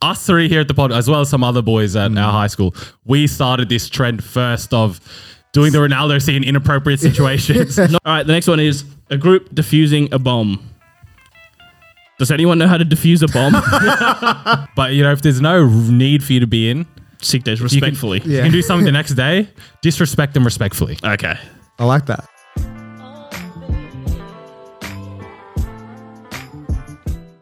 us three here at the pod, as well as some other boys at our high school, we started this trend first of doing the Ronaldo scene in inappropriate situations. All right, the next one is a group defusing a bomb. Does anyone know how to defuse a bomb? but you know, if there's no need for you to be in, Sick days, you can- respectfully. you Yeah. can do something the next day. Disrespect them respectfully. Okay. I like that.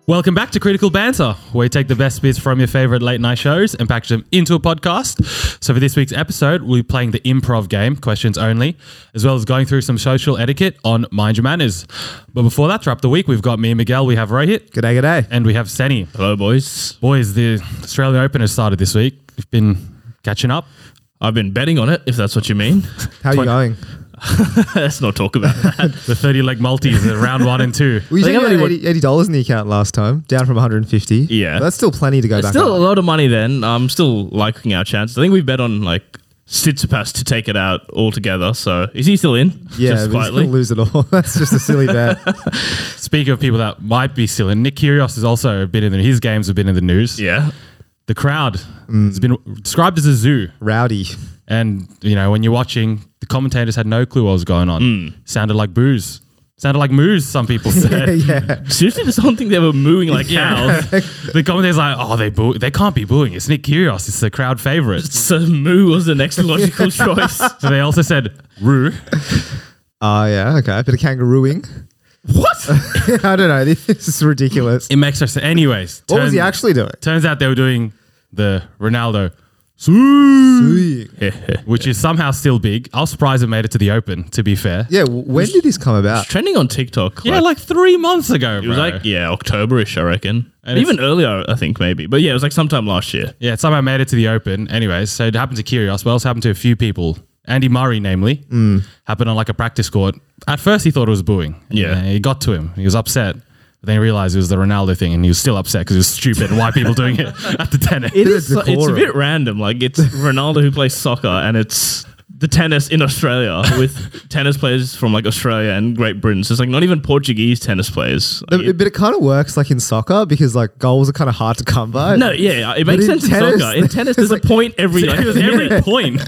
Welcome back to Critical Banter, where we take the best bits from your favorite late night shows and package them into a podcast. So, for this week's episode, we'll be playing the improv game, questions only, as well as going through some social etiquette on Mind Your Manners. But before that, to wrap the week, we've got me and Miguel, we have Rohit, Good day, good day. and we have Seni. Hello, boys. Boys, the Australian Open has started this week. We've been catching up. I've been betting on it, if that's what you mean. How are you Twen- going? Let's not talk about that. The 30 leg multis, the round one and two. We think usually I've had only won- $80, in the account last time, down from 150. Yeah. But that's still plenty to go back still a on. lot of money then. I'm still liking our chances. I think we bet on like Sitsipas to take it out altogether. So is he still in? Yeah, Just but he's quietly. going to lose it all. that's just a silly bet. Speaking of people that might be still in, Nick Kyrgios is also been in the, his games have been in the news. yeah. The crowd Mm. has been described as a zoo. Rowdy. And you know, when you're watching, the commentators had no clue what was going on. Mm. Sounded like booze. Sounded like moose. Some people said. yeah. Seriously, just don't think they were mooing like Yeah. cows. the commentators like, oh, they boo- they can't be booing. It's Nick Kyrgios. It's the crowd favorite. So moo was the next logical choice. So they also said roo. Oh, yeah. Okay. A bit of kangarooing. What? I don't know. This is ridiculous. It makes her say. Anyways, What was turn- he actually doing? Turns out they were doing the Ronaldo, which is somehow still big. I was surprised it made it to the Open. To be fair, Yeah. w- When did this come about? Trending on TikTok. yeah, like three months ago. it bro. was like yeah, Octoberish, I reckon. And Even earlier, I think maybe. But yeah, it was like sometime last year. Yeah, it somehow made it to the open. Anyways, so it happened to Kyrgios, but also happened to a few people. Andy Murray, namely, happened on like a practice court. At first, he thought it was booing. Yeah. And it got to him. He was upset. But then he realized it was the Ronaldo thing, and he was still upset because it was stupid and why people doing it at the tennis. It Bit of is. so- It's a decorum. bit random. Like it's Ronaldo who plays soccer, and it's the tennis in Australia with tennis players from like Australia and Great Britain. So it's like not even Portuguese tennis players. Like, But it kind of works like in soccer because like goals are kind of hard to come by. no, yeah, it makes in sense in tennis, soccer. In tennis, there's a point every like, it was every point,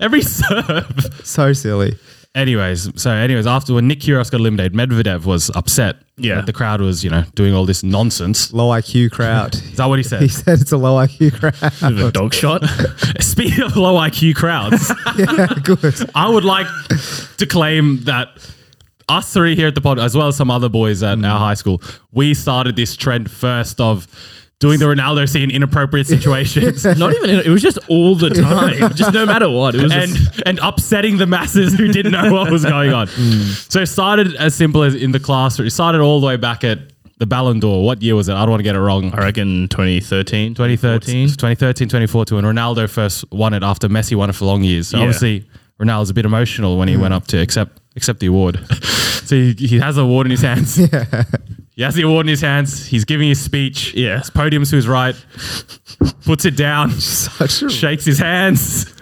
every serve. So silly. Anyways, so anyways, after when Nick Kyrgios got eliminated, Medvedev was upset. Yeah. that The crowd was, you know, doing all this nonsense. Low IQ crowd. Is that what he said? he said it's a low IQ crowd. a dog shot. Speaking of low IQ crowds, Good. I would like to claim that us three here at the pod, as well as some other boys at our high school, we started this trend first of doing the Ronaldo scene in inappropriate situations. not even. It was just all the time. just no matter what. It was. And, just- and upsetting the masses who didn't know what was going on. Mm. So it started as simple as in the class. It started all the way back at the Ballon d'Or. What year was it? I don't want to get it wrong. I reckon 2013, 2013, 2013, 2014, when Ronaldo first won it after Messi won it for long years. So Yeah. Mm. obviously, Ronaldo's a bit emotional when he went up to accept accept the award. so he, he has the award in his hands. He has the award in his hands. He's giving his speech. Yeah. His podium's to his right. Puts it down. Such a Shakes his hands.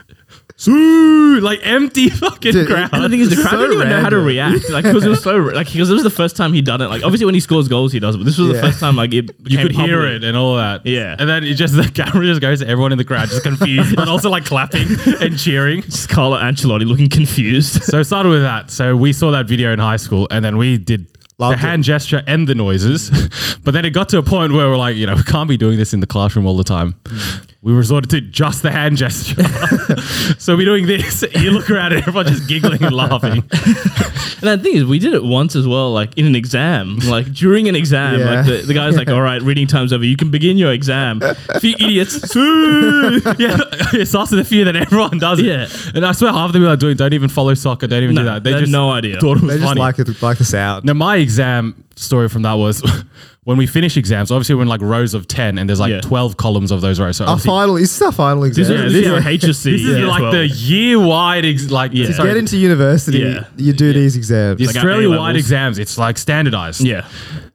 Ooh, like empty fucking Dude, crowd. And the thing is, the crowd So didn't even know how to random. react. Like, because it was so like because it was the first time he done it. Like, obviously when he scores goals, he does. it, But this was the Yeah. first time like it you became could hear public. it and all that. Yeah. And then it just the camera just goes to everyone in the crowd, just confused, but also like clapping and cheering. Carlo Ancelotti looking confused. So it started with that. So we saw that video in high school, and then we did Loved the hand gesture and the noises. but then it got to a point where we're like, you know, we can't be doing this in the classroom all the time. Hmm. We resorted to just the hand gesture. so we're doing this. You look around and everyone's just giggling and laughing. And the thing is, we did it once as well, like in an exam, like during an exam. Yeah. Like the, the guy's like, "All right, reading time's over. You can begin your exam." A few idiots. "Soo!" yeah, it starts with a fear that everyone does it. Yeah. And I swear half the people are doing don't even follow soccer, don't even No, do that. They they had just no idea. Thought it was They just funny. like it, like the sound. Now, my exam story from that was when we finish exams, obviously we're in like rows of 10 and there's like Yeah. 12 columns of those rows. So Our obviously- final is this our final exam. This is this yeah, is- HSC. this is yeah, like 12. the year wide, ex- like, Yeah. sorry, uh, Get into university, Yeah. you do these exams. the like our Australia wide A-levels. exams. It's like standardized. yeah.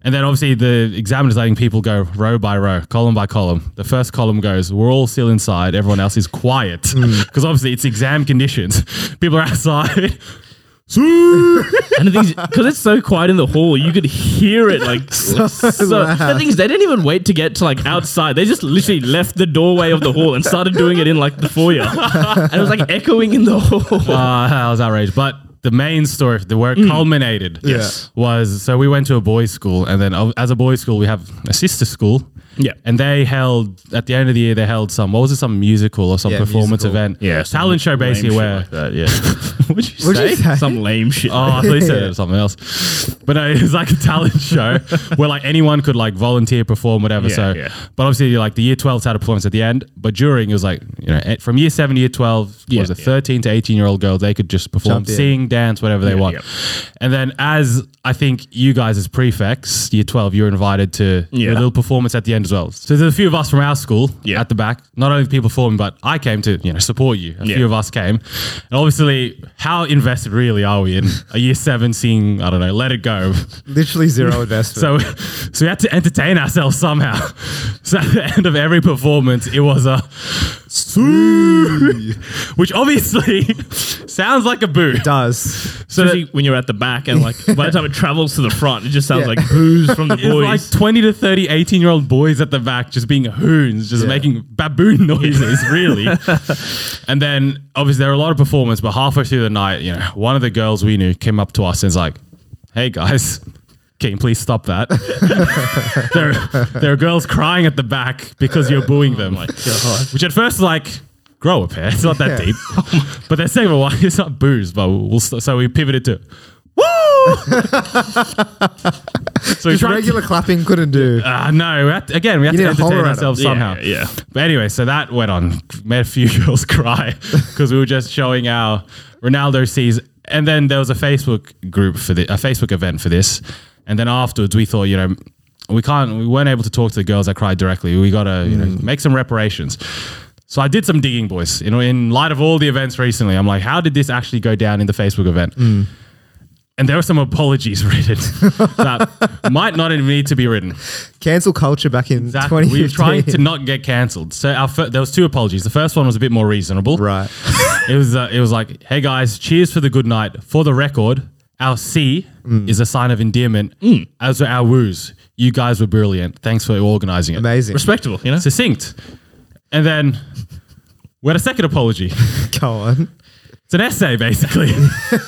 And then obviously the examiner's letting people go row by row, column by column. The first column goes, we're all still Hmm. inside. Everyone else is quiet because obviously it's exam conditions. People are outside. "Sue!" And because it's so quiet in the hall, you could hear it like so. The loud. thing is, they didn't even wait to get to like outside. They just literally left the doorway of the hall and started doing it in like the foyer, and it was like echoing in the hall. Uh, I was outraged. But the main story, the where it Mm. culminated, Yes. was so we went to a boys' school, and then uh, as a boys' school, we have a sister school. Yeah. and they held at the end of the year they held some what was it some musical or some Yeah, performance musical. event some talent show lame basically shit where like that, yeah. would you Would you say? Some lame shit. Oh, I thought you said it was something else. But no, it was like a talent show where like anyone could like volunteer, perform, whatever. Yeah, so, yeah. but obviously, like the year 12s had a performance at the end. But during, it was like, you know, eh, from year seven to year 12, Yeah, was it yeah. 13 to 18 year old girls, they could just perform, Jump in. sing, dance, whatever they Yeah, want. yep. And then, as I think you guys as prefects, year 12, you were invited to Yeah. a little performance at the end as well. So, there's a few of us from our school Yeah. at the back, not only people performing, but I came to, you know, support you. A Yeah. few of us came. And obviously, how invested really are we in a year seven seeing, I don't know, let it go. Literally zero investment. So so we had to entertain ourselves somehow. So at the end of every performance, it was a "Soo," which obviously sounds like a boo. does. So that- Especially when you're at the back and like by the time it travels to the front, it just sounds Yeah. like booze from the it's like boys. 20 to 30 18 year old boys at the back just being hoons, just Yeah. making baboon noises, really. and then obviously there were a lot of performers, but halfway through the night, you know, one of the girls we knew came up to us and was like, hey guys. Can you please stop that? there, there are girls crying at the back because you're booing them. Which at first, is like, grow a pair. It's not that Oh Yeah. Oh deep. but they're saying, well, it's not booze, but we'll, st- so we pivoted to, woo! so we Just tried to- regular clapping couldn't do. uh, no, we had to- again, we had You to need to entertain holler at 'em. ourselves Yeah, somehow. yeah. But anyway, so that went on. Made a few girls cry because we were just showing our Ronaldo sees. And then there was a Facebook group for the, a Facebook event for this. And then afterwards, we thought, you know, we can't, we weren't able to talk to the girls that cried directly. We got to, you know, Mm. make some reparations. So I did some digging, boys. You know, in light of all the events recently, I'm like, how did this actually go down in the Facebook event? Mm. And there were some apologies written that might not even need to be written. Cancel culture back in Exactly. We were 2015. trying to not get cancelled. So our fir- there was two apologies. The first one was a bit more reasonable. right. It was uh, it was like, hey guys, cheers for the good night. For the record, our C Mm. is a sign of endearment, as were our woos. You guys were brilliant. Thanks for organising it. Amazing. Respectable, you know? Succinct. And then we had a second apology. Go on. It's an essay, basically.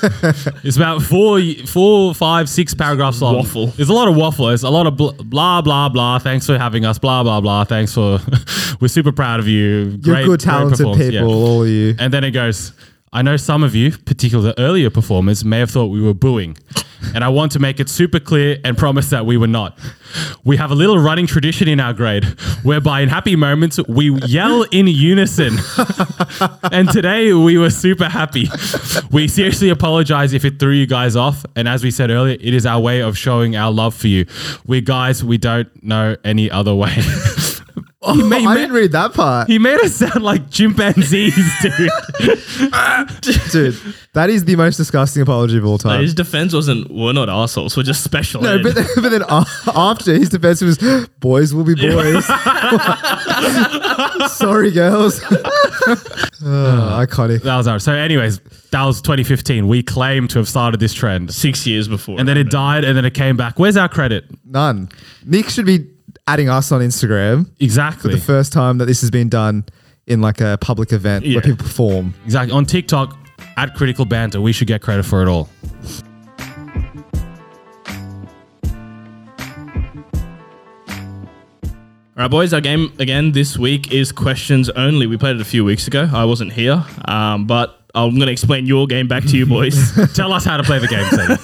it's about four, four, five, six paragraphs long. Waffle. There's a lot of waffle. It's a lot of bl- blah blah blah. Thanks for having us. Blah blah blah. Thanks for. we're super proud of you. Great, You're good, great talented performance. people, Yeah. all of you. And then it goes. I know some of you, particularly the earlier performers, may have thought we were booing. And I want to make it super clear and promise that we were not. We have a little running tradition in our grade whereby, in happy moments, we yell in unison and today we were super happy. We seriously apologize if it threw you guys off. And as we said earlier, it is our way of showing our love for you. We guys, we don't know any other way. he, made, he I made- didn't read that part. he made us sound like chimpanzees, dude. Dude, that is the most disgusting apology of all Like, Uh, time. his defense wasn't, we're not arseholes, we're just special. no, ed." but then, but then a- after his defense was, boys will be boys. Sorry, girls. oh, iconic. that was our. So, anyways, that was 2015. We claim to have started this trend. six years before. And then it died and then it came back. Where's our credit? None. Nick should be adding us on Instagram. Exactly. The first time that this has been done in like a public event Yeah. where people perform. Exactly. On TikTok, at Critical Banter, we should get credit for it all. All right, boys. Our game again this week is questions only. We played it a few weeks ago. I wasn't here, um, but I'm going to explain your game back to you, boys. Tell us how to play the game, Sam.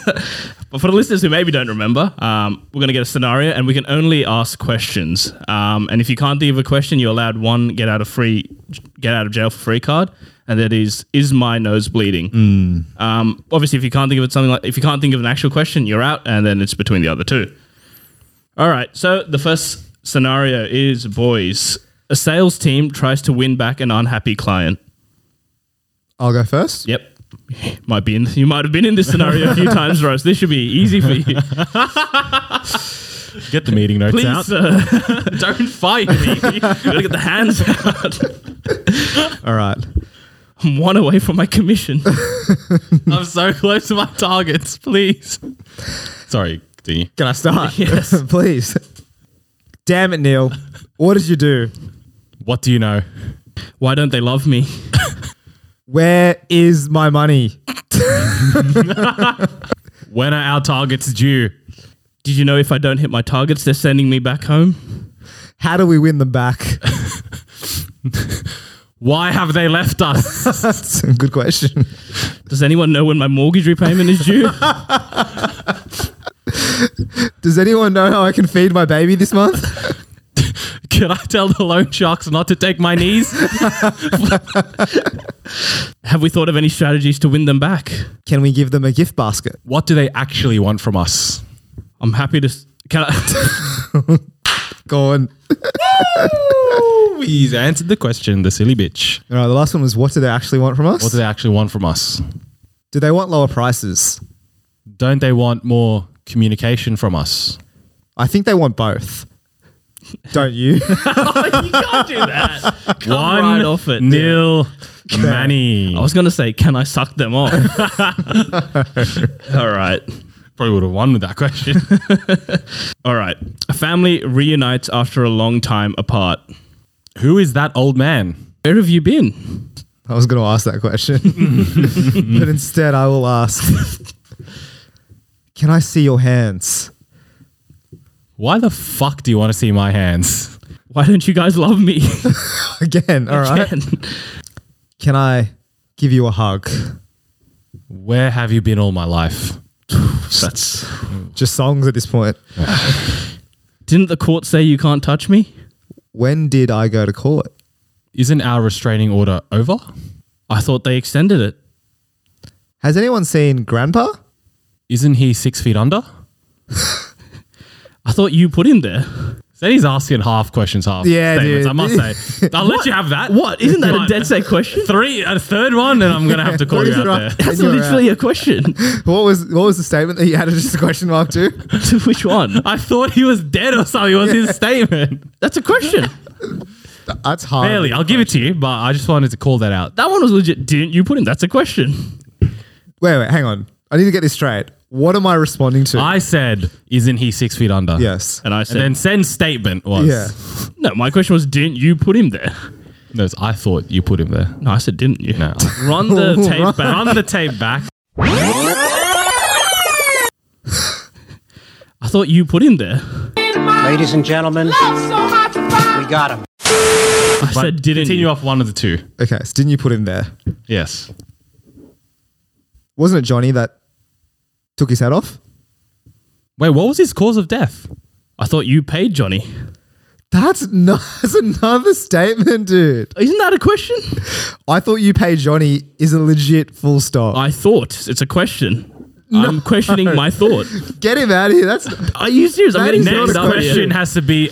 but for the listeners who maybe don't remember, um, we're going to get a scenario, and we can only ask questions. Um, and if you can't think of a question, you're allowed one get out of free, get out of jail for free card, and that is, is my nose bleeding? Um, obviously, if you can't think of it, something like if you can't think of an actual question, you're out, and then it's between the other two. All right. So the first scenario is boys. A sales team tries to win back an unhappy client. I'll go first. Yep. Might be in, you might have been in this scenario a few times, Rose. This should be easy for you. Get the meeting notes out. Please, sir, don't fight me. Look at the hands out. All right. I'm one away from my commission. I'm so close to my targets, please. Sorry, continue. Can I start? Yes. Please. Damn it, Neil. What did you do? What do you know? Why don't they love me? Where is my money? When are our targets due? Did you know if I don't hit my targets, they're sending me back home? How do we win them back? Why have they left us? That's a good question. Does anyone know when my mortgage repayment is due? Does anyone know how I can feed my baby this month? Can I tell the loan sharks not to take my knees? Have we thought of any strategies to win them back? Can we give them a gift basket? What do they actually want from us? I'm happy to. s- Can I? Go on. He's answered the question, the silly bitch. All right, the last one was what do they actually want from us? What do they actually want from us? do they want lower prices? Don't they want more communication from us? I think they want both. Don't you? you can't do that. One right off it, nil Manny. I was going to say, can I suck them off? All right. probably would have won with that question. All right. A family reunites after a long time apart. Who is that old man? Where have you been? I was going to ask that question, but instead I will ask Can I see your hands? Why the fuck do you want to see my hands? Why don't you guys love me? Again, all right. Can I give you a hug? Where have you been all my life? That's. Just songs at this point. Didn't the court say you can't touch me? When did I go to court? Isn't our restraining order over? I thought they extended it. Has anyone seen Grandpa? Isn't he six feet under? I thought you put him there. So he's asking half questions, half Yeah, statements. dude. I must say, I'll let you have that. What? Isn't that a What? dead set question? Three, a third one, and I'm gonna have to call you Please, out right. there. That's You're literally a question. What was what was the statement that you added just a question mark to? To Which one? I thought he was dead or something. Was his statement? That's a question. That's hard. Barely. I'll give it to you, but I just wanted to call that out. That one was legit. Didn't you put him? That's a question. Wait, wait, hang on. I need to get this straight. What am I responding to? I said, "Isn't he six feet under?" yes. And I And said, then Sen's statement was, Yeah. no, my question was, didn't you put him there? "No, it's, I thought you put him there." No, I said, didn't you? No. Run the tape back. Run the tape back. I thought you put him there. Ladies and gentlemen, we got him. I But said, didn't continue you? off one of the two. Okay, so didn't you put him there? Yes. Wasn't it Johnny that took his head off? Wait, what was his cause of death? I thought you paid Johnny. That's, no, that's another statement, dude. Isn't that a question? I thought you paid Johnny is a legit full stop. I thought. It's a question. I'm questioning my thought. Get him out of here. That's Are you serious? I'm That getting is Next jammed not a up here. question has to be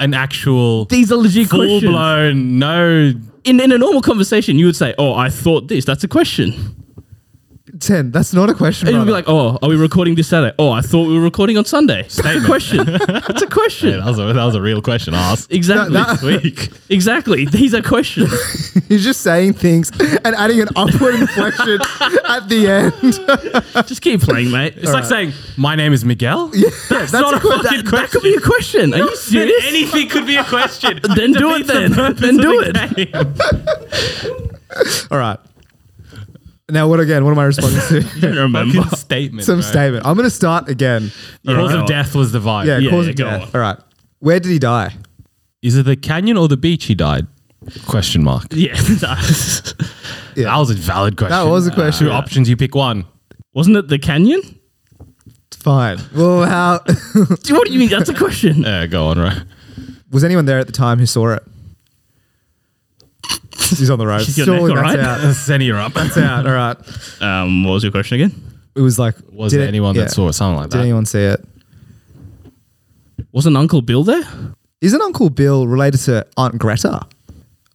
an actual These are legit full questions. blown no. In, in a normal conversation, you would say, oh, I thought this. That's a question. 10. That's not a question. And you'd be brother. like, oh, are we recording this Saturday? Oh, I thought we were recording on Sunday. That's a question. That's a question. Yeah, that was a, that was a real question I asked. Exactly. That- Weak. Exactly. These are questions. You're just saying things and adding an upward inflection at the end. Just keep playing, mate. It's like saying, "My name is Miguel." that's, not a, que- fucking that, that question. could be a question. Are you Then serious? anything could be a question. Then do it Defeats the then. purpose Then of do the game. All right. Now, what again? What am I responding to? don't remember. Fucking statement. Some bro. statement. I'm going to start again. The cause of Alright. death was the vibe. Yeah, Uh, Yeah, cause of go death. All right. Where did he die? Is it the canyon or the beach he died? Question mark. Yeah. That was a valid question. Uh, That was a question. Two options. You pick one. Wasn't it the canyon? Fine. Well, how Do- What do you mean? That's a question. Uh, go on, right? was anyone there at the time who saw it? He's on the road. Your neck, Surely that's all right? out. Send her up. That's out. All right. Um, what was your question again? It was like, Was did there it- anyone yeah. that saw it? Something like Did that. anyone see it? Wasn't Uncle Bill there? Isn't Uncle Bill related to Aunt Greta?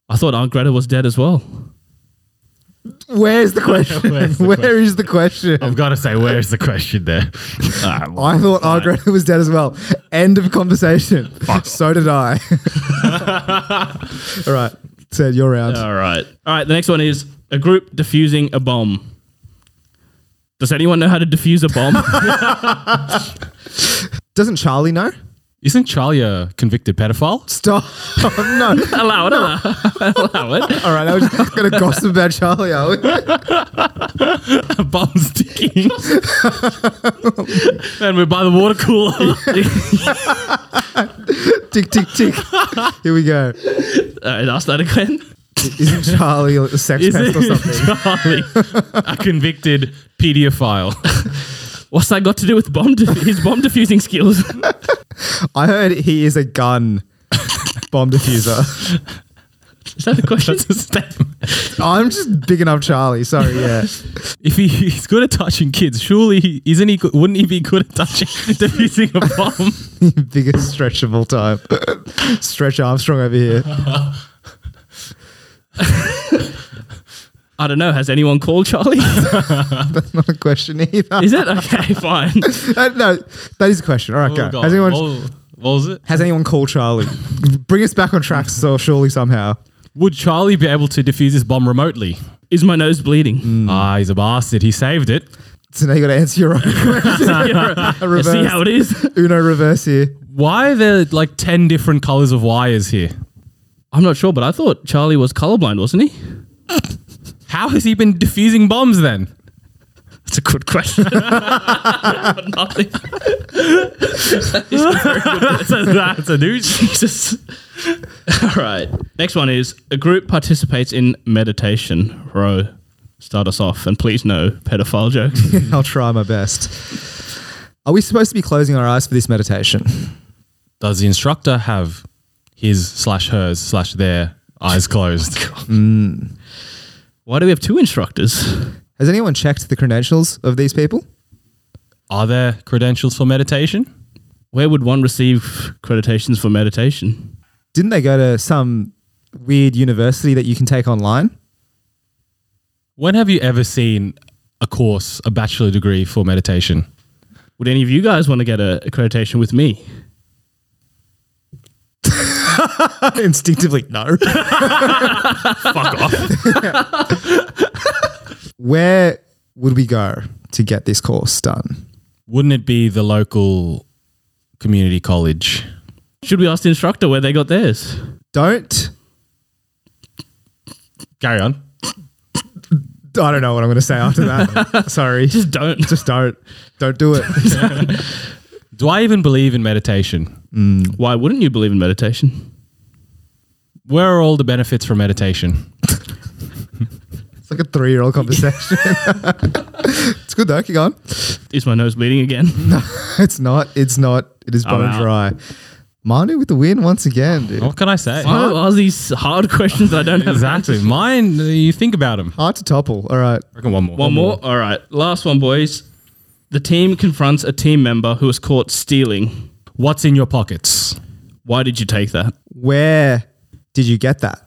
I thought Aunt Greta was dead as well. Where's the question? Where's the Where is the question? I've got to say, where's the question there? Oh, Uh, I thought Aunt Greta was dead as well. End of conversation. so did I. All right. Ted, you're round. All right. All right. The next one is a group defusing a bomb. Does anyone know how to defuse a bomb? Doesn't Charlie know? Isn't Charlie a convicted pedophile? Stop. no. allow it. Allow, allow it. All right, I was just going to gossip about Charlie. Are we? A bomb's sticking. and we're by the water cooler. tick, tick, tick. Here we go. All right. Ask that again. Isn't Charlie a sex Is pest or something? it Charlie a convicted pedophile? What's that got to do with bomb? Def- his bomb defusing skills. I heard he is a gun bomb diffuser. Is that the question? That's a statement. I'm just big enough Charlie. Sorry, yeah. If he, he's good at touching kids, surely he, isn't he? good- Wouldn't he be good at touching defusing a bomb? Biggest stretch of all time. Stretch Armstrong over here. I don't know. Has anyone called Charlie? Not a question either. Is it okay? Fine. Uh, no, that is a question. All right, Oh, go. God. Has anyone What- what was it? has anyone called Charlie? Bring us back on track, so surely somehow. Would Charlie be able to defuse this bomb remotely? Is my nose bleeding? Hmm. Ah, he's a bastard. He saved it. So now you got to answer your own question. reverse. See how it is. Uno reverse here. Why are there like 10 different colors of wires here? I'm not sure, but I thought Charlie was colorblind, wasn't he? How has he been defusing bombs then? That's a good question. Nothing. that's, a, that's a douche. Jesus. All right. Next one is a group participates in meditation. Row, start us off, and please no pedophile jokes. I'll try my best. Are we supposed to be closing our eyes for this meditation? Does the instructor have his slash hers slash their eyes closed? Why do we have two instructors? Has anyone checked the credentials of these people? Are there credentials for meditation? Where would one receive accreditations for meditation? Didn't they go to some weird university that you can take online? When have you ever seen a course, a bachelor degree for meditation? Would any of you guys want to get a accreditation with me? Instinctively, no. Fuck off. Where would we go to get this course done? Wouldn't it be the local community college? Should we ask the instructor where they got theirs? Don't. Carry on. I don't know what I'm going to say after that. Sorry. Just don't. Just don't. Don't do it. Do I even believe in meditation? Why wouldn't you believe in meditation? Where are all the benefits from meditation? It's like a three year old conversation. it's good though. Keep going. Is my nose bleeding again? It's not. It's not. It is bone out. Oh. dry. Manu with the win once again, dude. What can I say? Why are these hard questions that I don't have? Exactly. Mine, uh, you think about them. Hard to topple. All right. reckon one more. One more. All right. Last one, boys. The team confronts a team member who was caught stealing. What's in your pockets? Why did you take that? Where did you get that?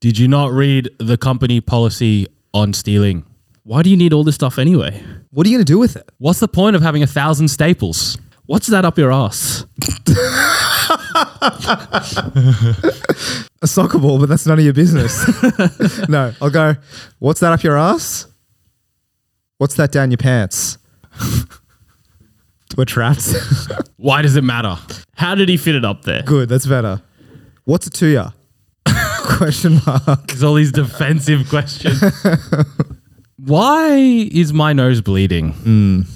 Did you not read the company policy on stealing? Why do you need all this stuff anyway? What are you going to do with it? What's the point of having a thousand staples? What's that up your ass? A soccer ball, but that's none of your business. no, I'll go. What's that up your ass? What's that down your pants? We're trapped. Why does it matter? How did he fit it up there? good. That's better. What's a two ya? Question mark. There's all these defensive questions. Why is my nose bleeding?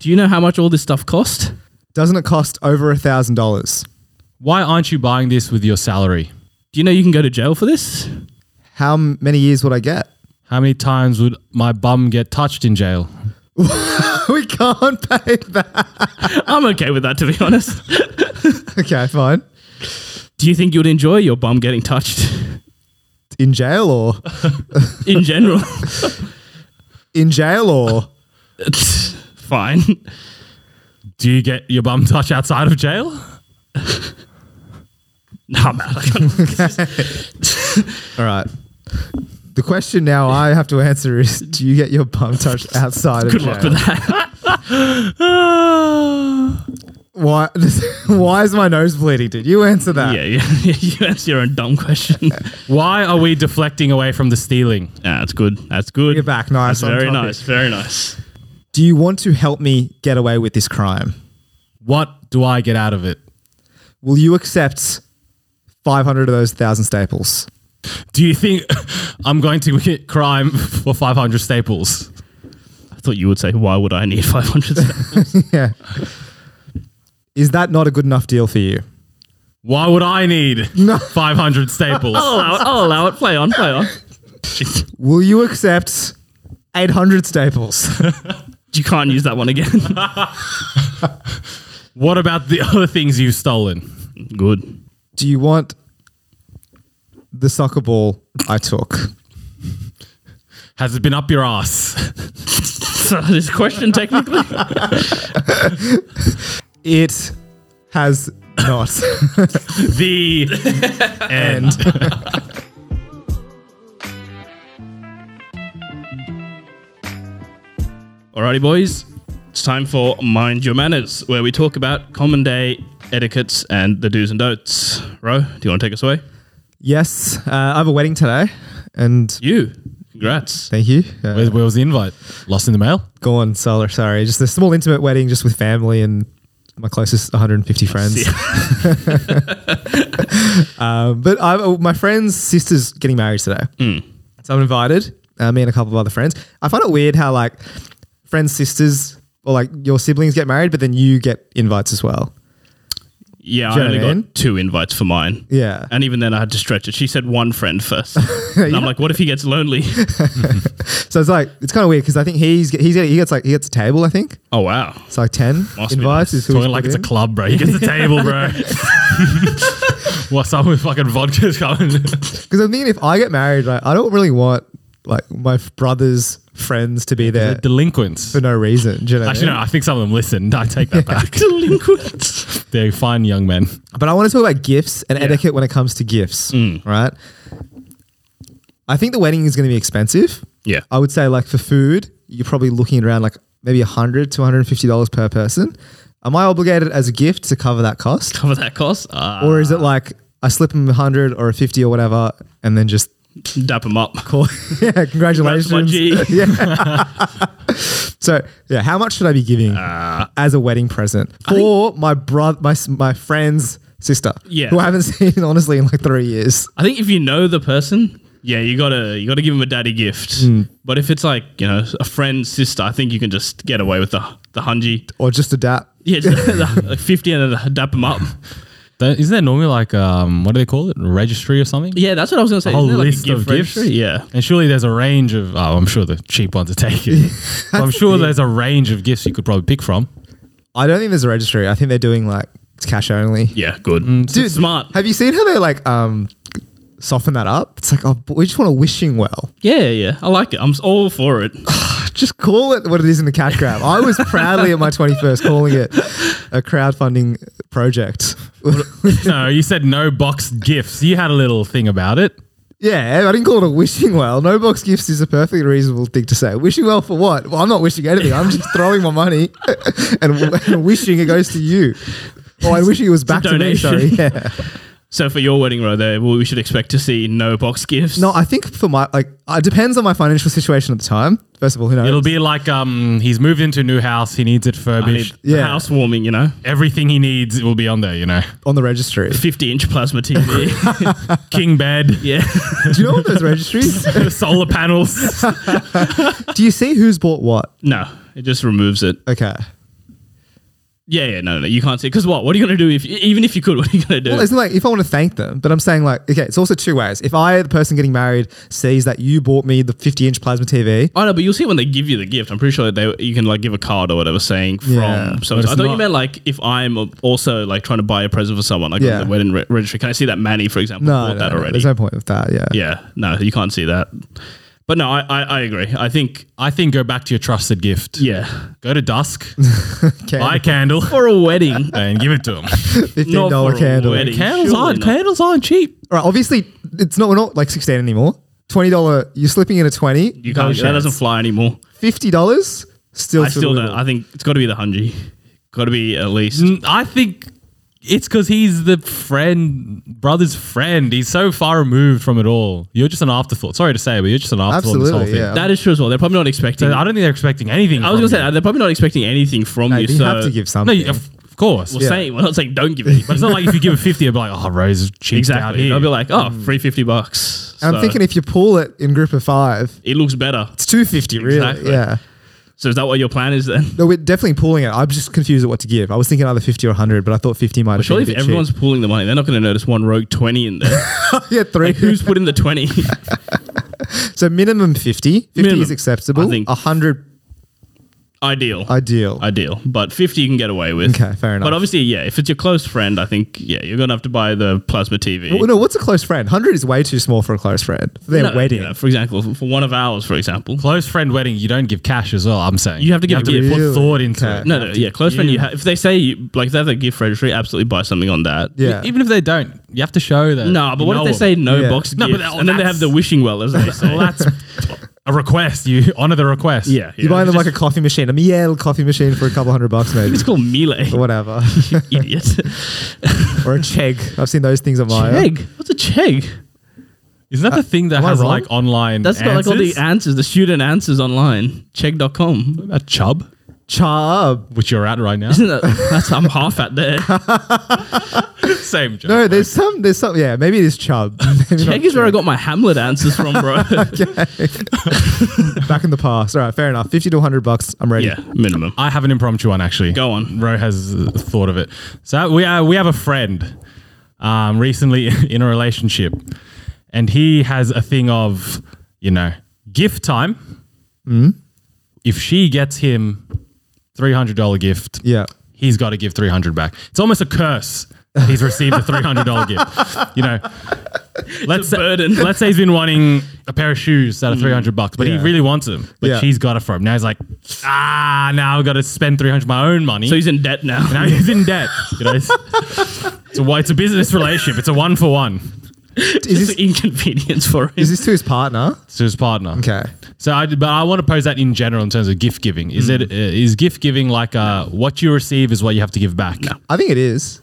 Do you know how much all this stuff cost? Doesn't it cost over a thousand dollars? Why aren't you buying this with your salary? Do you know you can go to jail for this? How m- many years would I get? How many times would my bum get touched in jail? we can't pay that. I'm okay with that, to be honest. Okay, fine. Do you think you would enjoy your bum getting touched In jail or in general? in jail or Fine. Do you get your bum touched outside of jail? Nah, man. I can't- all right. The question now I have to answer is: Do you get your bum touched outside of Good jail? Ah. luck with that. Why? why is my nose bleeding, dude? You answer that. Yeah, yeah, you answer your own dumb question. Why are we deflecting away from the stealing? Yeah, that's good. That's good. You're back. Nice. That's on very topic. nice. Very nice. Do you want to help me get away with this crime? What do I get out of it? Will you accept 500 of those thousand staples? Do you think I'm going to commit crime for 500 staples? I thought you would say, "Why would I need 500 staples?" yeah. Is that not a good enough deal for you? Why would I need 500 staples? I'll allow it. I'll allow it. Play on. Play on. Will you accept 800 staples? You can't use that one again. What about the other things you've stolen? good. Do you want the soccer ball I took? Has it been up your ass? So this question technically. It has not. The end. Alrighty, boys. It's time for Mind Your Manners, where we talk about common day etiquettes and the do's and don'ts. Ro, do you want to take us away? yes, uh, I have a wedding today, and You. Congrats. thank you. Uh, Where, where was the invite? Lost in the mail? gone solar. Sorry, just a small intimate wedding, just with family and my closest 150 friends. um, but I, oh, my friend's sister's getting married today, so I'm invited. Uh, me and a couple of other friends. I find it weird how like friends' sisters or like your siblings get married, but then you get invites as well. Yeah, I Do you know only what I mean? got two invites for mine. Yeah. And even then, I had to stretch it. She said one friend first. and I'm like, what if he gets lonely? So it's like it's kind of weird because I think he's get- he's he gets like he gets a table. I think oh, wow. it's like ten Must be invites. nice. is who he's Talking like put it's a in. club, bro. You get the table, bro. What's up with fucking vodkas coming? Because I'm thinking if I get married, like I don't really want like my f- brother's friends to be there Delinquents. for no reason. Do you know what I Actually, mean? no, I think some of them listened. I take that back. Delinquent. They're fine young men. But I want to talk about gifts and etiquette when it comes to gifts, Mm. right? I think the wedding is going to be expensive. Yeah. I would say like for food, you're probably looking around like maybe 100 to 150 dollars per person. Am I obligated as a gift to cover that cost? Cover that cost. Uh, Or is it like I slip them 100 or a 50 or whatever and then just dap him up. call yeah, Congrats, my congratulations. G. So, yeah, how much should I be giving Uh, as a wedding present for my brother my s- my friend's sister Yeah. who I haven't seen honestly in like 3 years? I think if you know the person, yeah, you gotta you gotta give him a daddy gift. But if it's like you know a friend's sister, I think you can just get away with the the hunji. or just a dap. Yeah, just the, like fifty and then dap him up. Don't, isn't there normally like, um, what do they call it? Registry or something? Yeah, that's what I was gonna say. A whole Isn't there, like, list gift of gifts? registry? Yeah, And surely there's a range of, oh, I'm sure the cheap ones are taken. But I'm sure there's a range of gifts you could probably pick from. I don't think there's a registry. I think they're doing like it's cash only. yeah, good, Dude, smart. Have you seen how they like um soften that up? It's like oh, but we just want a wishing well. Yeah, yeah, I like it. I'm s- all for it. Just call it what it is in the cash grab. I was proudly at my 21st calling it a crowdfunding project. No, you said no boxed gifts. You had a little thing about it. yeah, I didn't call it a wishing well. No box gifts is a perfectly reasonable thing to say. Wishing well for what? Well, I'm not wishing anything. I'm just throwing my money and, and wishing it goes to you. Oh, I wish it was back to me. donation. Sorry. Yeah. So for your wedding row, there, well, we should expect to see no box gifts. No, I think for my like it depends on my financial situation at the time. First of all, who knows? It'll be like um, he's moved into a new house. He needs it I need furbished. the Yeah. housewarming. You know, Everything he needs will be on there, you know. on the registry. fifty inch plasma TV. King bed, yeah, Do you know all those registries? solar panels. Do you see who's bought what? no, it just removes it. Okay. Yeah, yeah, no, no, you can't see because what? What are you gonna do if e, even if you could? What are you gonna do? Well, it's not like if I want to thank them, but I'm saying like, okay, it's also two ways. If I, the person getting married, sees that you bought me the 50 inch plasma TV, Oh no, but you'll see when they give you the gift. I'm pretty sure that they you can like give a card or whatever saying from. Yeah, so but it's I thought you not- meant like if I'm also like trying to buy a present for someone, like on Yeah. the wedding re- registry, can I see that Manny, for example, no, bought no, that no, already? there's no point with that. Yeah. yeah, no, you can't see that. But no, I, I I agree. I think I think go back to your trusted gift. yeah, Go to dusk, Okay. buy a candle, for a wedding, and give it to him. $15 not for a candle. All wedding. right. Candles Surely aren't not. candles aren't cheap. Obviously it's not, we're not like 16 anymore. $20, you're slipping in a 20. you can't. that doesn't fly anymore. $50, still, I still don't. I, I think it's got to be the hunji. Got to be at least. Mm, I think it's because he's the friend, brother's friend. He's so far removed from it all. You're just an afterthought. Sorry to say, but you're just an afterthought. in This whole Absolutely, thing. yeah. That is true as well. They're probably not expecting. I don't think they're expecting anything. I was from gonna say you. they're probably not expecting anything from Mate, you. you so have to give no, something. you, of of course. We're Yeah. saying we're not saying don't give anything. But it's not like if you give a 50, you'll be like, oh, Rose is cheap out exactly. here. I'll be like, oh, three fifty bucks. and So, I'm thinking if you pull it in group of five, it looks better. it's two fifty. Really? Exactly. Yeah. So is that what your plan is then? No, we're definitely pulling it. I'm just confused at what to give. I was thinking either fifty or hundred, but I thought fifty might. have Surely if been a bit cheap. everyone's pooling the money, they're not going to notice one rogue twenty in there. yeah three. like who's putting the twenty? so minimum 50. 50 Minimum, is acceptable. I think. hundred Ideal. ideal. Ideal, but 50 you can get away with. Okay, fair enough. But obviously, yeah, if it's your close friend, I think, yeah, you're going to have to buy the plasma TV. well, no, what's a close friend? Hundred is way too small for a close friend. For their No, wedding. you know, for example, for one of ours, for example. Close friend wedding, you don't give cash as well. I'm saying You have to give really gift. put thought into Okay. it. No, no, yeah, close friend. You ha- if they say you, like if they have a gift registry, absolutely buy something on that. Yeah. E-, Even if they don't, you have to show that. No, but you what if know they them. say no Yeah. box No, no, but that- and then they have the that's- wishing well, as they say. Well, that's a request. You honor the request. yeah, you buy them like a coffee machine, a Miel coffee machine for a couple hundred bucks maybe. It's called melee. or whatever. Idiot. or a chegg. I've seen those things on my Chegg. What's a chegg? Isn't that the thing that Uh, Am I has wrong? like online? That's got like all the answers? answers, the student answers online. Chegg.com. a chub, Chub. which you're at right now. Isn't that? That's I'm half at there. Same joke. No, there's some there's some yeah, maybe it is chub. Maybe not Chegg is where I got my Hamlet answers from, bro. back in the past. All right, fair enough. Fifty to hundred bucks. I'm ready. yeah, minimum. I have an impromptu one actually. Go on. Ro has uh, thought of it. So we are, we have a friend, um, recently in a relationship, and he has a thing of you know gift time. If she gets him three hundred dollar gift, Yeah. he's got to give three hundred back. It's almost a curse. that He's received a three hundred dollar gift. You know, let's say, burden. let's say he's been wanting a pair of shoes that are three hundred bucks, but Mm. Yeah. he really wants them. But Yeah. she's got it for him. Now he's like, ah, now I've got to spend three hundred my own money. So he's in debt now. now he's in debt. You know, it's, it's a it's a business relationship. It's a one for one. Is It's this an inconvenience for him. is this to his partner? It's his partner. Okay. So, I, but I want to pose that in general in terms of gift giving. Is Mm. it uh, is gift giving like uh, what you receive is what you have to give back? I think it is.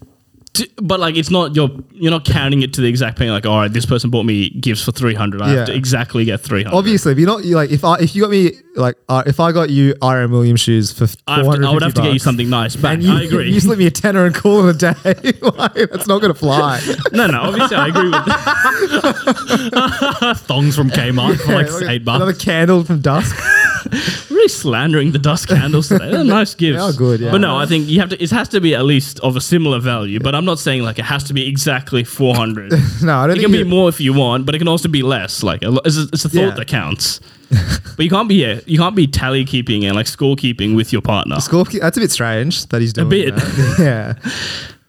T- but like, it's not you're you're not counting it to the exact penny. Like, all right, this person bought me gifts for three hundred. I Yeah. have to exactly get three hundred. Obviously, if you're not you like if I if you got me like uh, if I got you RM Williams shoes for I, have to, 450 I would have to get you bucks, something nice back. and you, I agree. You slip me a tenner and call it a day. like, that's not going to fly. no, no, obviously I agree with that. Thongs from Kmart for like Like, eight Another bucks. candle from dusk. We're really slandering the dust candles today. They're nice gifts. are good, yeah. But no, I think you have to. It has to be at least of a similar value. But I'm not saying like it has to be exactly four hundred. No, I don't It think can be you- more if you want, but it can also be less. Like a lo- it's a, it's a thought Yeah. that counts. but you can't be yeah, you can't be tally keeping and like score keeping with your partner. School, that's a bit strange that he's doing. bit. that. yeah.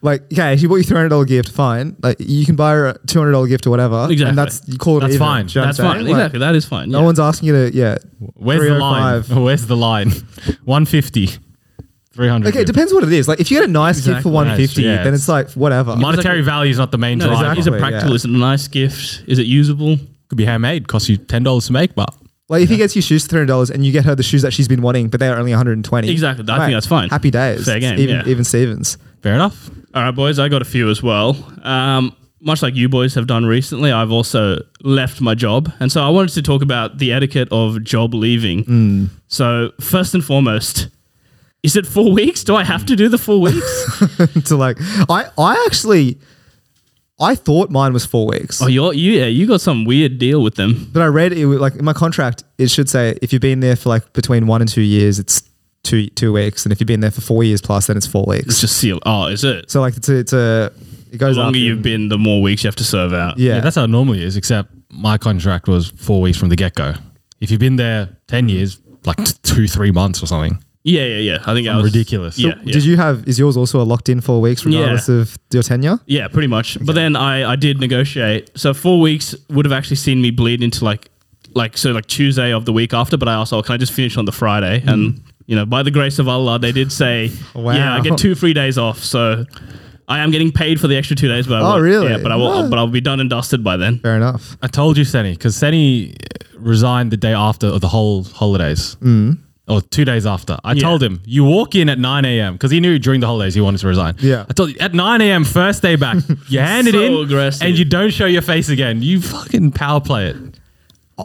Like, okay, she bought you three hundred dollar gift, fine. Like, you can buy her a two hundred dollar gift or whatever, Exactly. and that's you call it. That's even, fine. do you know what That's I'm fine. saying? Like, exactly. That is fine. No yeah. one's asking you to. Yeah. Where's the line? 305. Oh, Where's the line? 150, 300. Okay, it depends what it is. Like, if you get a nice gift for Exactly. one fifty, Yeah, then it's- it's like whatever. Monetary value is not the main No, driver. is, it, is it Exactly, practical? yeah. Is it a nice gift? Is it usable? could be handmade, cost you ten dollars to make, but Like if he gets you shoes for three hundred dollars and you get her the shoes that she's been wanting, but they are only one hundred and twenty. Exactly. I think that's fine. Happy days. Fair game, Even, yeah. even Stevens. fair enough. All right, boys. I got a few as well. Um, much like you boys have done recently, I've also left my job, and so I wanted to talk about the etiquette of job leaving. So first and foremost. Is it four weeks? Do I have to do the four weeks? to like, I I actually, I thought mine was four weeks, oh, you're, you yeah, you got some weird deal with them. but I read it was, like in my contract it should say if you've been there for like between one and two years, it's two two weeks, and if you've been there for four years plus, then it's four weeks. It's just seal. Oh, is it? So like it's a, it's a it goes The up longer in- you've been, the more weeks you have to serve out. yeah. Yeah. that's how it normally is. Except my contract was four weeks from the get go. If you've been there ten years, like t- two, three months or something, yeah, yeah, yeah. I think that was ridiculous. Yeah, yeah. Did you have is yours also a locked in four weeks regardless of your tenure? Yeah, pretty much. But then I, I did negotiate. So four weeks would have actually seen me bleed into like like so like Tuesday of the week after. But I asked, oh, can I just finish on the Friday? And you know, by the grace of Allah, they did say, Wow. yeah, I get two free days off. So I am getting paid for the extra two days. But I Oh, won't- really? Yeah, but I will. Wow. But I'll be done and dusted by then. Fair enough. uh, I told you, Senny, because Senny resigned the day after of the whole holidays. Mm. or two days after. I told him, you walk in at 9 a.m. because he knew during the holidays he wanted to resign. Yeah. I told you, at 9 a.m., first day back, you hand it So in aggressive. and you don't show your face again. You fucking power play it.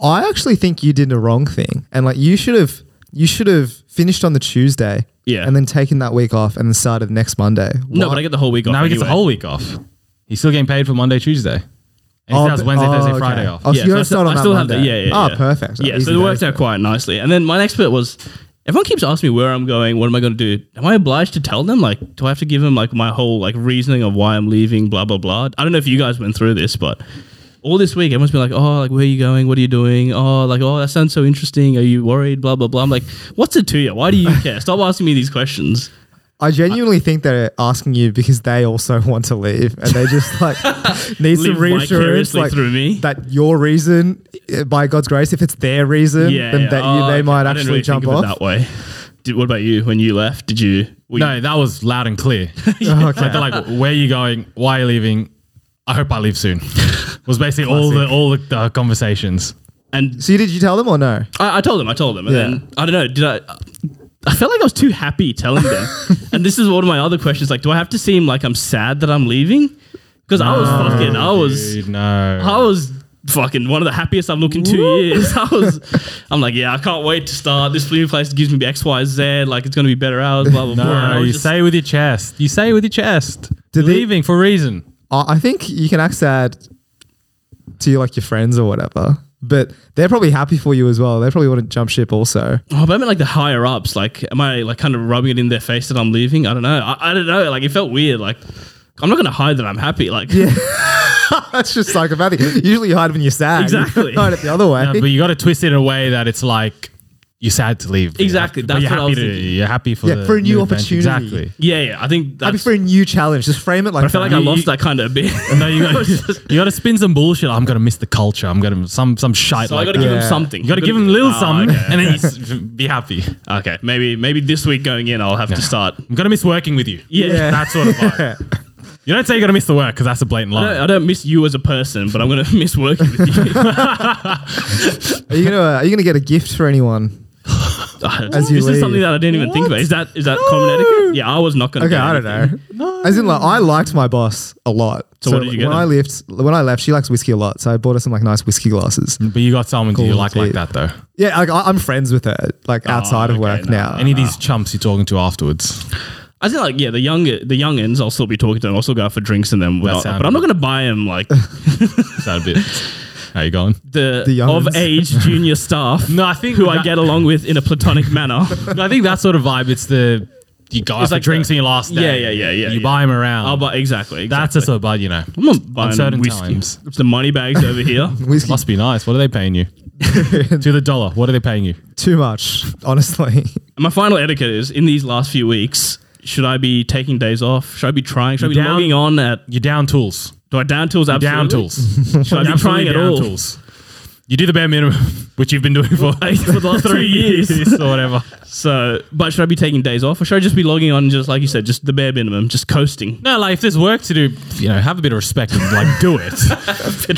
I actually think you did the wrong thing, and like you should have you should have finished on the Tuesday, Yeah. and then taken that week off and then started next Monday. No, Why- but I get the whole week off. Now he gets anyway. the whole week off. He's still getting paid for Monday, Tuesday. And he Oh, still has but- Wednesday, oh, Thursday, okay. Friday off. Oh, so you I don't still- start on I that still have Monday. the- yeah, yeah, Ah, yeah. perfect. Yeah, Easy so it worked days. out quite nicely. And then my next bit was everyone keeps asking me where I'm going, what am I going to do? Am I obliged to tell them? Like, do I have to give them like my whole like reasoning of why I'm leaving? Blah blah blah. I don't know if you guys went through this, but all this week everyone's been like, oh, like where are you going? What are you doing? Oh, like oh, that sounds so interesting. Are you worried? Blah blah blah. I'm like, what's it to you? Why do you care? Stop asking me these questions. I genuinely think they're asking you because they also want to leave and they just like need some Live reassurance vicariously like, through me. that your reason, eh, by God's grace, if it's their reason, Yeah, then yeah. that Oh, you, they okay. might I didn't actually really jump think of it off. that way. Did, what about you? When you left, did you? were you- No, that was loud and clear. Like they're like, where are you going? Why are you leaving? I hope I leave soon. was basically all the all the uh, conversations. and So you, did you tell them or no? I, I told them. I told them, and Yeah. then I don't know. Did I? I felt like I was too happy telling them. and this is one of my other questions. Like, do I have to seem like I'm sad that I'm leaving? Because I was fucking. I was. Dude, no. I was fucking one of the happiest I've looked in two years. I was. I'm like, yeah, I can't wait to start. This new place gives me X, Y, Z. Like, it's gonna be better hours. Blah blah no, blah. And I was you just- say it with your chest. You say it with your chest. You're they- leaving for a reason. I I think you can act sad to like your friends or whatever, but they're probably happy for you as well. They probably want to jump ship also. Oh, but I meant like the higher ups. Like, am I like kind of rubbing it in their face that I'm leaving? I don't know. I, I don't know. Like, it felt weird. Like, I'm not gonna hide that I'm happy. Like, That's just psychopathic. Usually you hide when you're sad. Exactly. You hide it the other way. No, but you got to twist it in a way that it's like you're sad to leave. but you're Exactly, happy- but that's what I you're happy was to, thinking. You're happy for Yeah, the for a new adventure. opportunity. Exactly. yeah, yeah. I think Happy that's. for a new challenge. Just frame it like I feel like I that. lost that kind of a bit. No, you got you got to spin some bullshit. I'm gonna miss the culture. I'm gonna some some shite. so I like got that. to give him Yeah. something. You got to give him a little Oh, something, Okay. and then you s- be happy. Okay, maybe maybe this week going in, I'll have to start. I'm gonna miss working with you. Yeah, Yeah. that sort of vibe. You don't say you're gonna miss the work because that's a blatant I, don't, I lie. don't miss you as a person, but I'm gonna miss working with you. Are you gonna uh, Are you gonna get a gift for anyone? this As you is leave. something that I didn't even think about. Is that is that common etiquette? Yeah, I was not gonna. Okay, do I don't anything. know. As in, like, I liked my boss a lot. So what did you get when her? I left, when I left, she likes whiskey a lot. So I bought her some like nice whiskey glasses. But you got someone you Cool, like like dude. that though. Yeah, like, I, I'm friends with her, like outside of Oh, okay, work no, now. Any of these chumps you're talking to afterwards? I think like yeah, the younger the youngins, I'll still be talking to them. I'll still go out for drinks and them, but sounded- I'm not gonna buy them like That bit. How you going? the, The youngins. of age junior staff. No, I think who that- I get along with in a platonic manner. I think that sort of vibe. It's the you go out It's for like drinks in the- your last Yeah, day. yeah, yeah, yeah, You yeah. buy them around. I'll buy Oh, exactly. That's exactly. a sort of bud, you know. I'm not buying certain whiskey. times. It's the money bags over here. whiskey Must be nice. What are they paying you? to the dollar. What are they paying you? too much, honestly. My final etiquette is in these last few weeks. Should I be taking days off? Should I be trying? Should I be Down- logging on at? You're down tools. Do I down tools? Absolutely. Down tools. Should I be Absolutely trying at down all? Tools. You do the bare minimum, which you've been doing for Like, for the last three years. or whatever. So, but should I be taking days off, or should I just be logging on, just like you said, just the bare minimum, just coasting? No, like if there's work to do, you know, have a bit of respect and like do it.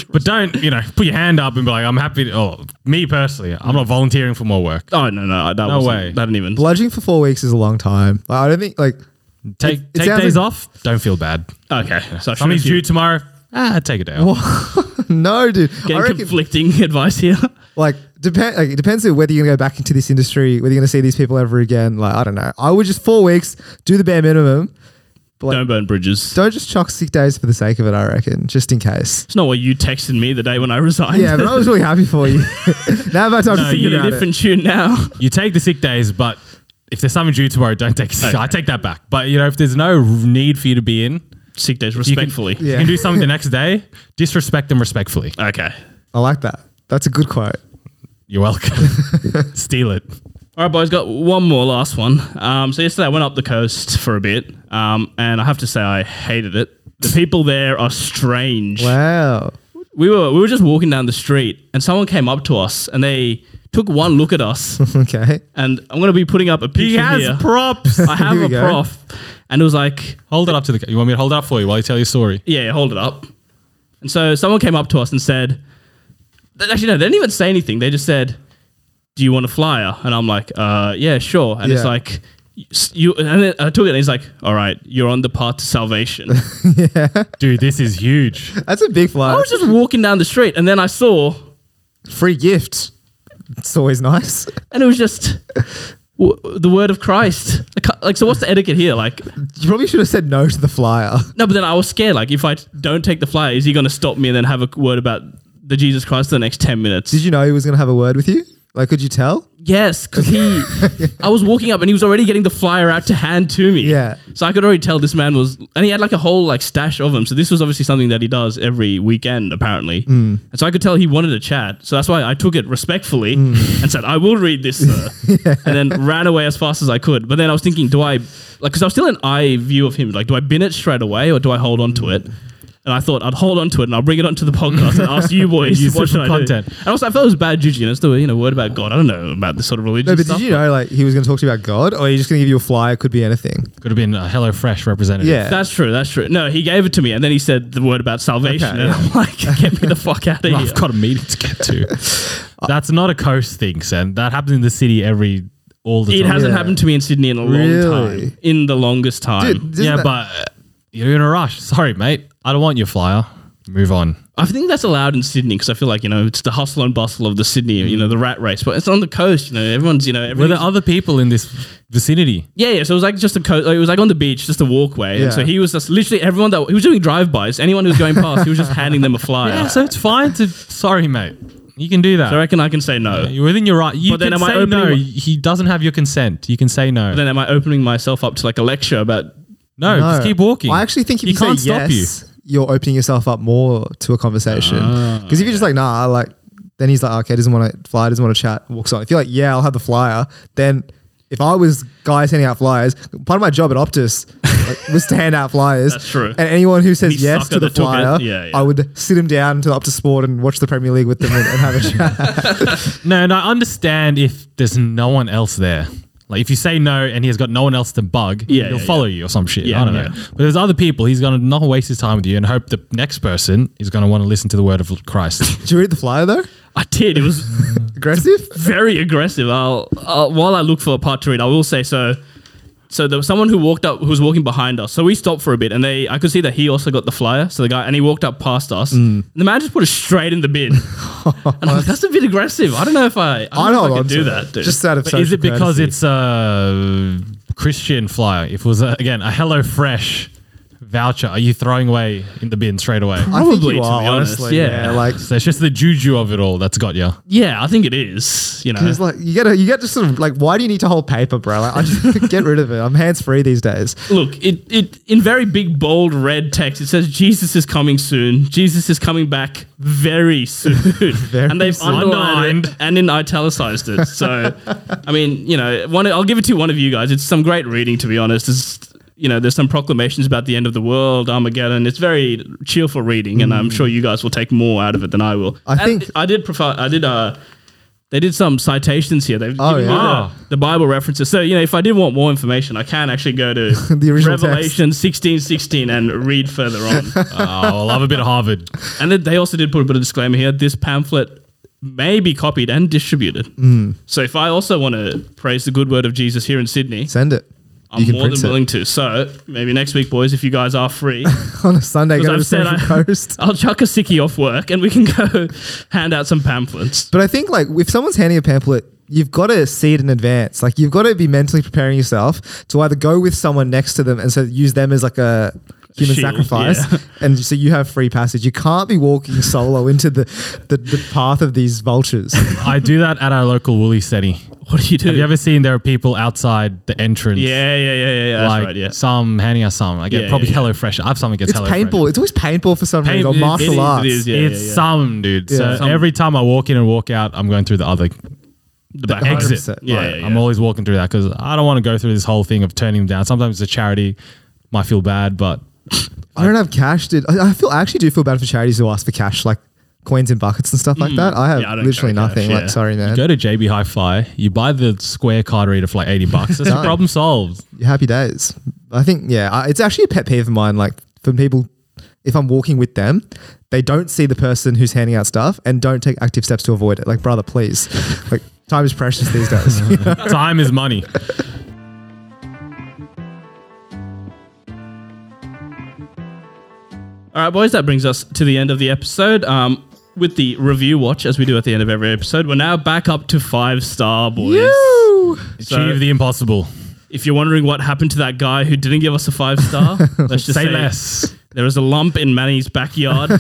but don't, you know, put your hand up and be like, I'm happy. To, oh, me personally, I'm not volunteering for more work. Oh no, no, that No wasn't, way. That didn't even. Bludging for four weeks is a long time. Like, I don't think like Take it take sounds days like- off. Don't feel bad. Okay, so I should Something's actually- due tomorrow. Ah, take a day off. no, dude. I Getting reckon conflicting advice here. like depend like it depends on whether you're gonna go back into this industry, whether you're gonna see these people ever again. Like I don't know. I would just four weeks do the bare minimum. But like, Don't don't, burn bridges. just chuck sick days for the sake of it. I reckon, just in case. It's not what you texted me the day when I resigned. Yeah, but I was really happy for you. now about time to think Singing a about it. different tune now. You take the sick days, but if there's something due tomorrow, don't take. I take that back. But you know, if there's no need for you to be in, Sick days, you can- respectfully. you Yeah. can do something the next day. Disrespect them respectfully. Okay. I like that. That's a good quote. You're welcome. Steal it. All right, boys, got one more last one. Um, so yesterday I went up the coast for a bit, um, and I have to say I hated it. The people there are strange. Wow. We were we were just walking down the street, and someone came up to us, and they took one look at us. Okay. and I'm gonna be putting up a picture He has here. props. I have Here we a go. prof, and it was like, hold it up to the. ca- You want me to hold it up for you while you tell your story? yeah, yeah, hold it up. And so someone came up to us and said, actually no, they didn't even say anything. They just said, do you want a flyer? And I'm like, uh, yeah, sure. And it's Yeah. like, s- you, and then I took it and he's like, all right, you're on the path to salvation. I Dude, this is huge. That's a big flyer. was just walking down the street and then I saw, Free gift. It's always nice. and it was just w- the word of Christ. I ca- Like, so what's the etiquette here? Like, You probably should have said no to the flyer. no, but then I was scared. Like, if I don't take the flyer, is he going to stop me and then have a word about the Jesus Christ for the next 10 minutes? Did you know he was going to have a word with you? Like, could you tell? Yes, because he, I was walking up and he was already getting the flyer out to hand to me. Yeah. So I could already tell this man was, and he had like a whole like stash of them. So this was obviously something that he does every weekend, apparently. Mm. And so I could tell he wanted a chat. So that's why I took it respectfully Mm. and said, I will read this, sir. And then ran away as fast as I could. But then I was thinking, do I, like, because I was still in eye view of him, like, do I bin it straight away or do I hold on to it? Mm. And I thought I'd hold on to it and I'll bring it onto the podcast and ask you boys Use it what for should I do? content. And also, I felt it was bad juju. You know, it's the you know word about God. I don't know about this sort of religion No, but stuff. did you know like he was going to talk to you about God, or are you just going to give you a flyer? Could be anything. Could have been a HelloFresh representative. Yeah. That's true. That's true. No, he gave it to me, and then he said the word about salvation, Okay, and yeah. I'm like, get me the fuck out of here. I've got a meeting to get to. That's not a coast thing, Sen. That happens in the city every all the it time. hasn't Yeah. happened to me in Sydney in a long Really? time. In the longest time. Dude, this- yeah, Isn't that- but uh, you're in a rush. Sorry, mate. I don't want your flyer. Move on. I think that's allowed in Sydney because I feel like you know it's the hustle and bustle of the Sydney, you Mm. know, the rat race. But it's on the coast, you know. Everyone's, you know, Were there everyone's other people in this vicinity? Yeah, yeah. So it was like just a co- like, it was like on the beach, just a walkway. Yeah. And so he was just literally everyone that he was doing drive bys. Anyone who was going past, he was just handing them a flyer. Yeah, so it's fine to. Sorry, mate. You can do that. So I reckon I can say no. You're within your right. You But can then am I say opening no. my- He doesn't have your consent. You can say no. Then am I opening myself up to like a lecture about? no, just keep walking. I actually think if you, you, can't say stop yes, you're opening yourself up more to a conversation. Ah. Because if you're just like, nah, like, then he's like, okay, doesn't want to fly, doesn't want to chat, walks on. If you're like, yeah, I'll have the flyer, then if I was guys handing out flyers, part of my job at Optus like, was to hand out flyers. That's true. And anyone who says Any yes sucker to the that took it, flyer, yeah, yeah. I would sit him down to the Optus Sport and watch the Premier League with them and, and have a chat. you. No, and I understand if there's no one else there. Like if you say no and he has got no one else to bug, Yeah, he'll yeah, follow you or some shit. Yeah, I don't know. yeah. But there's other people. He's gonna not waste his time with you and hope the next person is gonna want to listen to the word of Christ. Did you read the flyer though? I did. It was Aggressive? very aggressive. I'll, I'll while I look for a part to read, I will say so. So there was someone who walked up, who was walking behind us. So we stopped for a bit, and they, I could see that he also got the flyer. So the guy, and he walked up past us. The man just put it straight in the bin, and I'm like, that's a bit aggressive. I don't know if I, I don't I'd know hold if I on could to do it, that. Dude. Just uh, out of but is it social because courtesy. it's a Christian flyer? If it was a, again a Hello Fresh voucher, are you throwing away in the bin straight away? I think Probably, you to are, be honest, honestly, yeah. like So it's just the juju of it all that's got you. yeah, I think it is. You know, It's like you get a, you get just sort of like why do you need to hold paper, bro? Like, I just get rid of it. I'm hands free these days. Look, it, it in very big bold red text. It says Jesus is coming soon. Jesus is coming back very soon. and they've soon. underlined it Underlined. and in italicized it. So, I mean, you know, one I'll give it to one of you guys. It's some great reading, to be honest. It's you know, there's some proclamations about the end of the world, Armageddon. It's very cheerful reading, and I'm sure you guys will take more out of it than I will. Mm. I And think- I did prefer. I did. uh they did some citations here. They've Oh, given me the- yeah. Wow. the, Bible references. So, you know, if I did want more information, I can actually go to The original text. Revelation sixteen sixteen and read further on. Oh, I love a bit of Harvard. and then they also did put a bit of disclaimer here. This pamphlet may be copied and distributed. Hmm. So if I also want to praise the good word of Jesus here in Sydney, Send it. I'm more than print willing to. So maybe next week, boys, if you guys are free, it on a Sunday. Go to the because I've said Central I, Coast. I'll chuck a sickie off work and we can go hand out some pamphlets. But I think like if someone's handing a pamphlet, you've got to see it in advance. Like you've got to be mentally preparing yourself to either go with someone next to them and so use them as like a human Shield, sacrifice, yeah. and so you have free passage. You can't be walking solo into the the, the path of these vultures. I do that at our local Woolies City. What do you do? Have you ever seen there are people outside the entrance? yeah, yeah, yeah, yeah, yeah. That's like right. Yeah. some handing us some. I get Yeah, probably yeah, yeah. Hello Fresh. I have something against It's Hello painful. It's always painful for some Pain- reason. Or it- it martial is, it arts. is, yeah. it's some dude. So Yeah. Some- every time I walk in and walk out, I'm going through the other The back exit. percent. Yeah, Like, yeah, I'm yeah. always walking through that because I don't want to go through this whole thing of turning them down. Sometimes it's a charity. Might feel bad, but I don't have cash, dude. I I feel I actually do feel bad for charities who ask for cash, like coins in buckets and stuff like that. I have Hmm. Yeah, I don't literally carry cash, nothing. yeah. Like, sorry, man. go to JB Hi-Fi. You buy the square card reader for like 80 bucks. That's your Done. problem solved. Happy days. I think yeah, I, it's actually a pet peeve of mine. Like for people, if I'm walking with them they don't see the person who's handing out stuff and don't take active steps to avoid it. Like, brother, please. Like, time is precious these days. you know? Time is money. All right, boys, that brings us to the end of the episode. Um, with the review watch, as we do at the end of every episode, we're now back up to five star, boys. So- Achieve the impossible. If you're wondering what happened to that guy who didn't give us a five star, let's just Say say, less. There is a lump in Manny's backyard,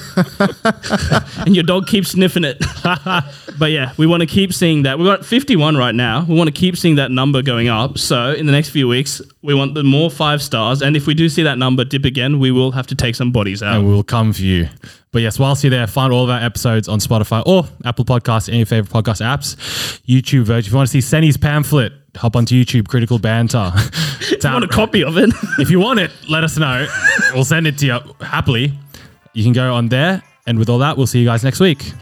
and your dog keeps sniffing it. but yeah, we want to keep seeing that. We're at 51 right now. We want to keep seeing that number going up. So in the next few weeks, we want the more five stars. And if we do see that number dip again, we will have to take some bodies out. and we will come for you. But yes, whilst you're there, find all of our episodes on Spotify or Apple Podcasts, any favorite podcast apps, YouTube version. If you want to see Senny's pamphlet, hop onto YouTube, Critical Banter. It's I out- want a copy of it. if you want it, let us know. we'll send it to you happily. You can go on there. And with all that, we'll see you guys next week.